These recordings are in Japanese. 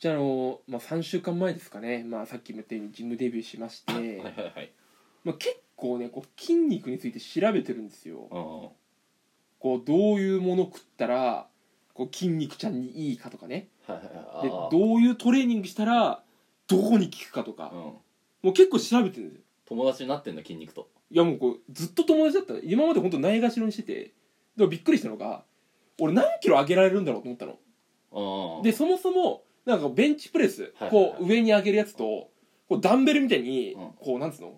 じゃああの、まあ、3週間前ですかね、まあ、さっきも言ったようにジムデビューしまして、はいはいはいまあ、結構ねこう筋肉について調べてるんですようんこうどういうもの食ったらこう筋肉ちゃんにいいかとかねはいではどいあういうトレーニングしたらどこに効くかとかあ、うんもう結構調べてるんですよ友達になってんだ筋肉といやもうこうずっと友達だった今まで本当ないがしろにしててでもびっくりしたのが俺何キロ上げられるんだろうと思ったのうんでそもそもなんかベンチプレス、はいはいはいこう上に上げるやつとこうダンベルみたいに、うんこうなんつうの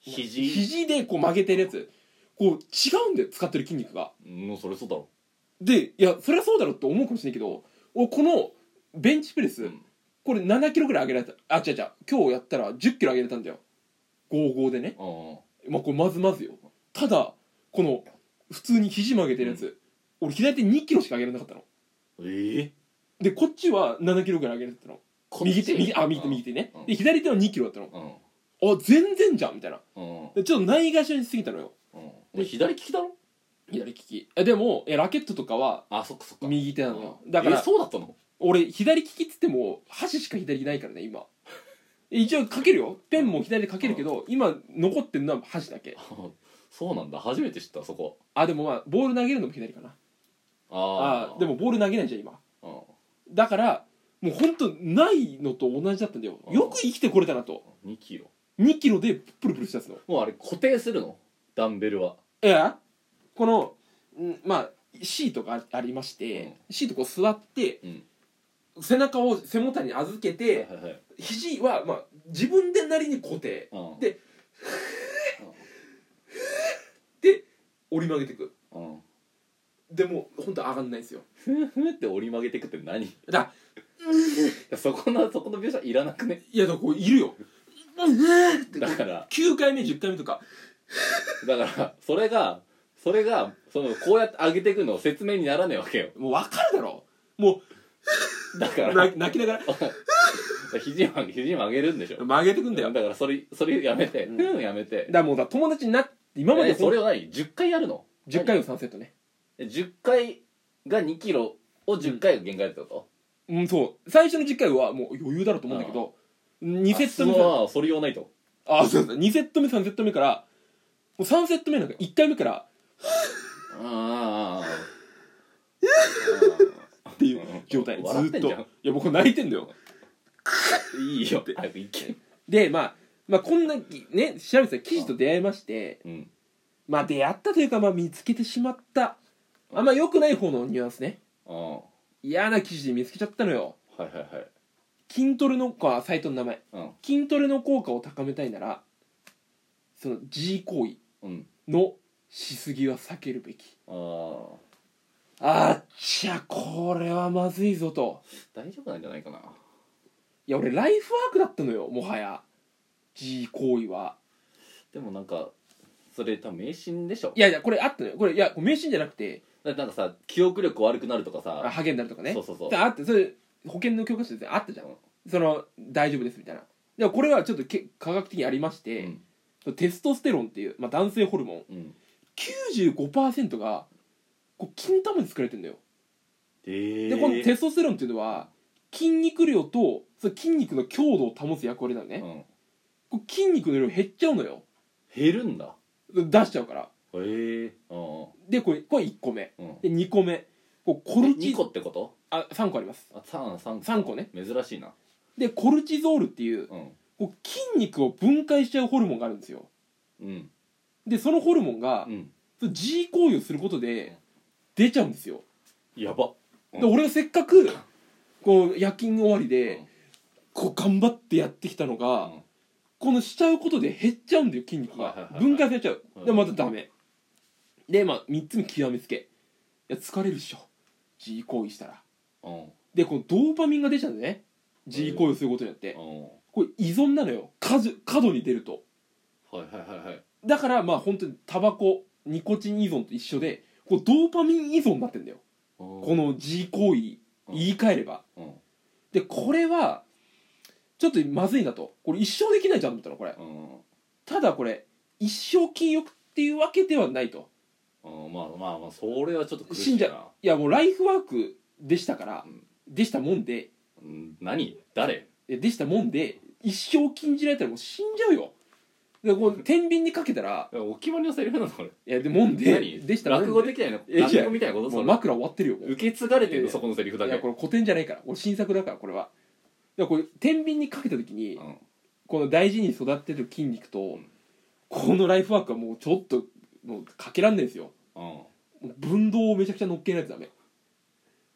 肘でこう曲げてるやつこう違うんだよ使ってる筋肉がもうそれそうだろでいやそりゃそうだろうって思うかもしれないけど俺このベンチプレス、うんこれ7キロぐらい上げられたあ違う違う今日やったら1 0キロ上げれたんだよ55でねうんまあこれまずまずよただこの普通に肘曲げてるやつ、俺左手2キロしか上げられなかったのええででこっちは7キロぐらい上げられてたの右手右あ右手右手ね、うんで左手は2キロだったのうんあ全然じゃんみたいなうんうんでちょっとないがしろにしすぎたのよで左利きだろ左利きえでもえラケットとかはあそっかそっか右手なのようんだかえらそうだったの 俺左利きっつっても箸しか左利きないからね今一応書けるよペンも左で書けるけど今残ってるのは箸だけそうなんだ初めて知ったそこあでもまあボール投げるのも左かなああああでもボール投げないじゃん今もだからもうほんとないのと同じだったんだようんよく生きてこれたなと2キロ2キロでプルプルしたやつのもうあれ固定するのダンベルはええこのんまあシートがありまして、うんシートこう座ってうん背中を背もたれに預けはいてはいはい肘はまあ自分でなりに固定うんでで折り曲げていくうんでもほんと上がんないんですよふんふんって折り曲げてくって何 いだからやそこのそこの描写いらなくねいやだからこういるようんってこ だうから9回目10回目とかだからそれがそれがそのこうやって上げていくの説明にならないわけよもう分かるだろもだかうらな泣きながら肘曲げ肘曲げるんでしょ曲げてくんだよだからそれそれやめてううんんやめだてからもうだ友達になって今まえでそそれれを何10回やるの10回を3セットね何10回が2キロを10回が限界だったとうんそう最初の10回はもう余裕だろうと思うんだけど2セット目あそうそれ用ないとあそうそう2セット目3セット目からもう3セット目なんか1回目からああっていう状態ず笑ってーっんとじいゃんや僕泣いてんだよいいよ早く行けでまあまあこんなぎね調べてた記事と出会いましてうんまあ出会ったというかまあ見つけてしまったあんま良くない方のニュアンスねああは嫌な記事で見つけちゃったのよいはいはい筋トレのかサイトの名前うん筋トレの効果を高めたいならその G 行為うんのしすぎは避けるべきあああっちゃこれはまずいぞと大丈夫なんじゃないかないや俺ライフワークだったのよもはや G 行為はでもなんかそれ多分迷信でしょいやいやこれあったのよこれいやこれ迷信じゃなくてだってなんかさ記憶力悪くなるとかあさハゲになるとかねそうそうそうであってそれ保険の教科書であったじゃん、うんその大丈夫ですみたいなでもこれはちょっとけ科学的にありまして、うんそのテストステロンっていう、まあ、男性ホルモンうん95%がこう金玉で作られてんだよえでこのテストステロンっていうのは筋肉量とその筋肉の強度を保つ役割なのね、うん、こう筋肉の量減っちゃうのよ減るんだ出しちゃうからへえうんでこれこれ1個目うんで2個目こうコルチ2個ってことあ3個ありますあ三三3個ね珍しいなでコルチゾールっていううんこう筋肉を分解しちゃうホルモンがあるんですようんでそのホルモンがうんその G 行為をすることで出ちゃうんですよやばで俺がせっかくこう夜勤終わりでこう頑張ってやってきたのうが、んこのしちゃうことで減っちゃうんだよ筋肉はいはがいはいはい分解されちゃううんでまたダメでまあ3つ目極めつけいや疲れるっしょ G 行為したらうんでこのドーパミンが出ちゃうんだよね G 行為をすることによってうんこれ依存なのよ過剰過度に出るとはいはいはいはいだからまあ本当にタバコニコチン依存と一緒でこうドーパミン依存になってんだよここの G 行為うん言い換えればうんでこれはちょっとまずいなとこれ一生できないじゃんと思ったのこれうんただこれ一生禁欲っていうわけではないとうんまあまあまあそれはちょっと苦しい信者いやもうライフワークでしたから、うんでしたもんでうん何誰えでしたもんで一生禁じられたらもう死んじゃうよでこう天秤にかけたらお決まりのセリフなのこれいやでもんで何でしたもんで落語的なのいや落語みたいなこともそうれ枕終わってるよもう受け継がれているやそこのセリフだいけやこれ古典じゃないからこれ新作だからこれはだからこれ天秤にかけた時にうんこの大事に育てる筋肉とんこのライフワークはもうちょっともうかけらんないですようんもう分動をめちゃくちゃ乗っけないとダメ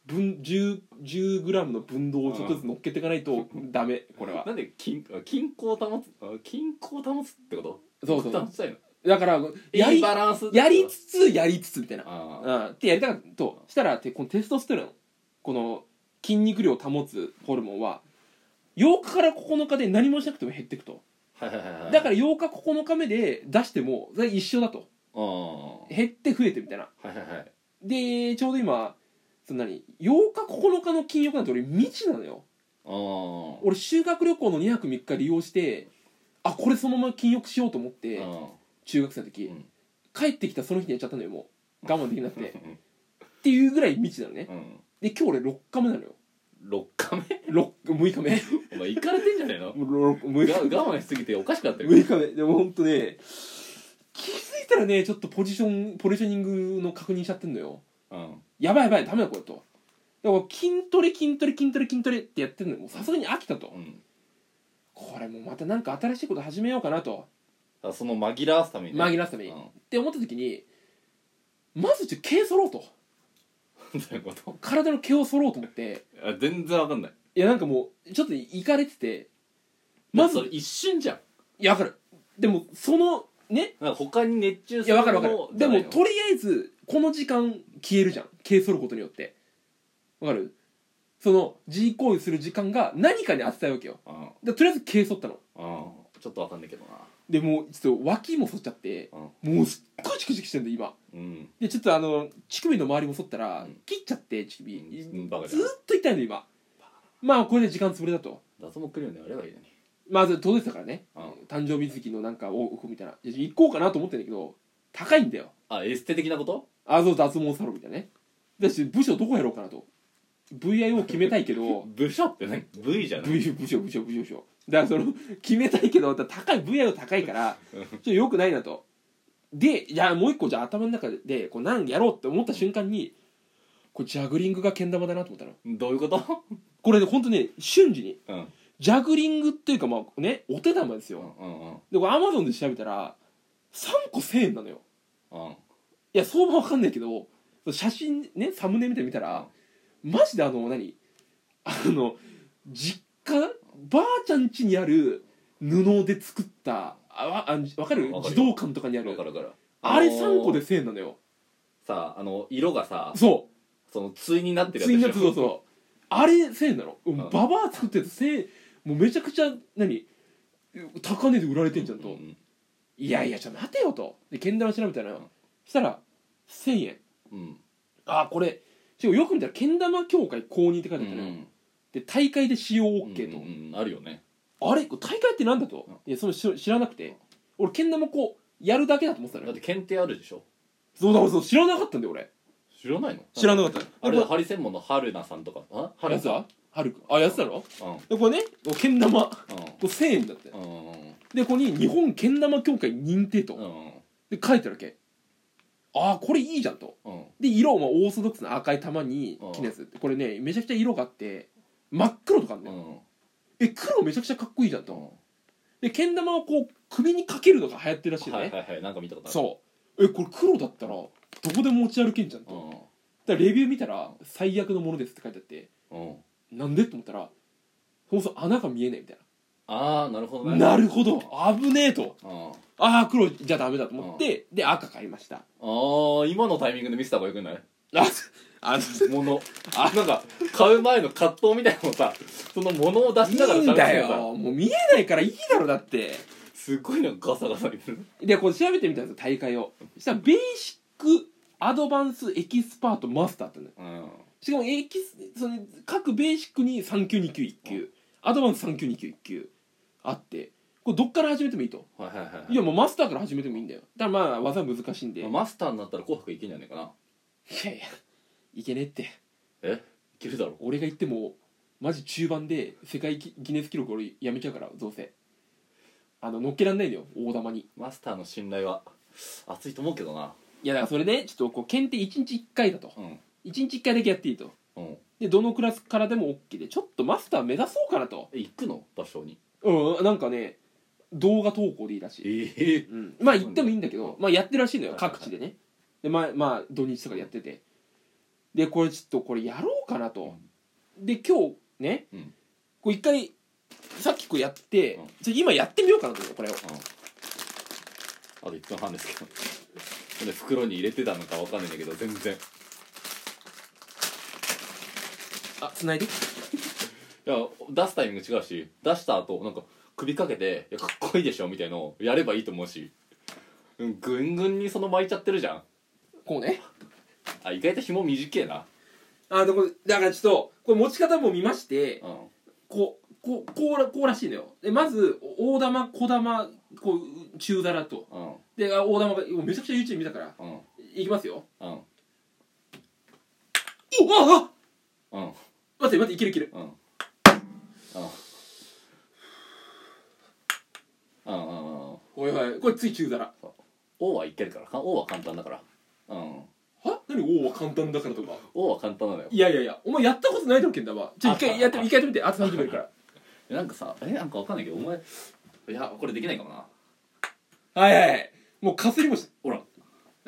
分 10, 10グラムの分動をちょっとずつ乗っけていかないとダメこれはなんで均あ均衡を保つあ均衡を保つってことそうそう保ちたいのだからやいりいバランスやりつつやりつつみたいなああうんってやりたかったとしたらてこのテストステロンこの筋肉量を保つホルモンは8日から9日で何もしなくても減っていくとはいはいはいはいだから8日9日目で出してもそれ一緒だとうんは減って増えてみたいないはいはいでちょうど今その何8日9日の禁欲なんて俺未知なのようん俺修学旅行の2泊3日利用してあこれそのまま禁欲しようと思ってうん中学生の時、うん帰ってきたその日にやっちゃったのよもう我慢できなくてっうていうぐらい未知なのねんうんで今日俺6日目なのよ六日目 6, 6日目お前行かれてんじゃねえの 6, が日我慢しすぎておかしくなって目る6日目でも本当ね気づいたらねちょっとポジションポジショニングの確認しちゃってんのようんやばいやばいダメだこれとだから筋トレ筋トレ筋トレ筋トレってやってんのよもうさすがに飽きたとうんこれもうまたなんか新しいこと始めようかなとあその紛らわすためにね紛らわすために、うっん て思った時にまずちょっと毛剃ろうとどういうこと体の毛を剃ろうと思ってあ全然わかんないいやなんかもうちょっといかれててまずそれ一瞬じゃんいやわかるでもそのねなんか他に熱中いすやるわかるわかるのじでゃないものとりあえずこの時間消えるじゃん消えそることによってわかるその G 行為する時間が何かに当てたいわけようんでとりあえず消えそったのうんちょっとわかんないけどなでもうちょっと脇も剃っちゃってもうすっごいチクチクしてんだ今うんでちょっとあの乳首の周りも剃ったらうん切っちゃって乳首、うんバカじずゃーんっと痛いの今まあこれで時間潰れだと脱毛来るようになればいいのにまあ届いてたからねうん誕生日月のなんかを置くみたいないや行こうかなと思ってんだけど高いんだよあエステ的なことあそう脱毛サロンみたいなねだし部署どこやろうかなと VIO 決めたいけ ど部署って何 V じゃない V 部署部署部署部署だからその決めたいけどだから高い VIO 高いからちょっとよくないなとでじゃあもう一個じゃあ頭の中でこう何やろうって思った瞬間にこれジャグリングがけん玉だなと思ったのどういうことこれねほんとね瞬時にうんジャグリングっていうかまあねお手玉ですうよ、んうんうんでこれアマゾンで調べたら3個1000円なのようんいや相場わかんないけど写真ねサムネみたいに見たらマジであの何あの実家ばあちゃん家にある布で作ったあわあわかるわか児る童よ館とかにあるわかるわかるあれのー3個で1000円なのよさあの色がさそその対になっうてる次のややつつでしそょうそうあれ1000円なのうんんババア作ってやつ1000円もうめちゃくちゃ何高値で売られてんじゃんと、うんうんいやいやちょっと待てよとでけん玉調べたのよ、うんしたら1000円うんあこれしかもよく見たらけん玉協会公認って書いてあったのよ、で大会で使用 OK と、うんうんあるよねあれこれ大会ってなんだと、うんいやそれ知ら知らなくて、俺けん玉こうやるだけだと思ってただのっよて検定あるでしょそうだそう知らなかったんだよ俺知らないの知らなかったあでれこハリセンボンの春菜さんとかあれ春やつ菜ははるくあやってたのうんうんでこれねこうけん玉こう1000円だってうんうんでここに日本けん玉協会認定と、うんで書いてあるわけあーこれいいじゃんとうんで色もオーソドックスな赤い玉にうん木のやつこれねめちゃくちゃ色があって真っ黒とかあるんだうよ、んえ黒めちゃくちゃかっこいいじゃんと、うんでけん玉をこう首にかけるのが流行ってるらしいのね、はいはいはいなんか見たことあるそうえこれ黒だったらどこでも持ち歩けんじゃんと、だからレビュー見たら「最悪のものです」って書いてあってうんうんなんでと思ったらそもそも穴が見えないみたいああなるほどなねなるほど危ねえとうんああ黒じゃダメだと思って、で赤買いましたああ今のタイミングで見せた方がよくないああものあなんか買う前の葛藤みたいなのをさそのものを出いしながらいんだ喋ってるからよもう見えないからいいだろだってすっごいなんかガサガサ言ってるでこれ調べてみたんですよ大会をそしたらベーシックアドバンスエキスパートマスターってねうんしかもエキスその各ベーシックに3級2級1級アドバンス3級2級1級あってこれどっから始めてもいいとはいはいはいいやもうマスターから始めてもいいんだよだからまあ技は難しいんでいやいまあマスターになったら紅白いけんじゃねえかなやいけねえってえいけるだろ俺が言ってもマジ中盤で世界ギギネス記録俺やめちゃうからどうせあの乗っけらんないのよ大玉にマスターの信頼は熱いと思うけどないやだからそれねちょっとこう検定1日1回だとうん1日1回だけやっていいとうんでどのクラスからでも OK でちょっとマスター目指そうかなとえ行くの場所にうんなんかね動画投稿でいいらしいええうん、まあ行ってもいいんだけど、まあ、やってるらしいのよはいはいはい各地でねでまあまあ土日とかでやっててでこれちょっとこれやろうかなとで今日ね、うんこう一回さっきこうやって、うんちょ今やってみようかなと思うこれをあと1分半ですけど で袋に入れてたのかわかんないんだけど全然いあ繋いでや出すタイミング違うし出した後なんか首かけて「いやかっこいいでしょ」みたいのをやればいいと思うしうんぐんぐんにその巻いちゃってるじゃんこうねあ意外と紐短えなあでこれだからちょっとこれ持ち方も見ましてうんこうこうこうらこうらしいのよでまず大玉小玉こう中皿とうんであ大玉がもうめちゃくちゃ YouTube 見たからうんいきますようんおああうん待って待っていけるいけるうんうんうんうんうんおいおいこれつい中皿 O はいけるからか O は簡単だからうんは何王は簡単だからとか O は簡単なのよいやいやいやお前やったことないだろけんだわじゃあ一回やってみ一回やってみてあと30秒いるからなんかさえなんかわかんないけどお前いやこれできないかもな はいはいはいもうかすりもしほら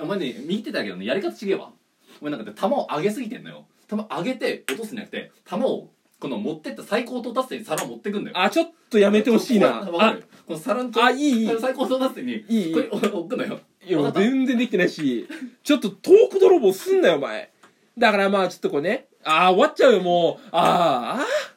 お前ね見てたけどねやり方違えわお前なんかね球を上げすぎてんのよ球上げて落とすんじゃなくて球をこの持ってった最高到達点に皿を持ってくんだよあちょっとやめてほしいなここわかあるこの皿のあいいいい最高到達点にいいいいこれ置くのよいやわかった全然できてないしちょっとトーク泥棒すんなよお前だからまあちょっとこうねああ終わっちゃうよもうあーあー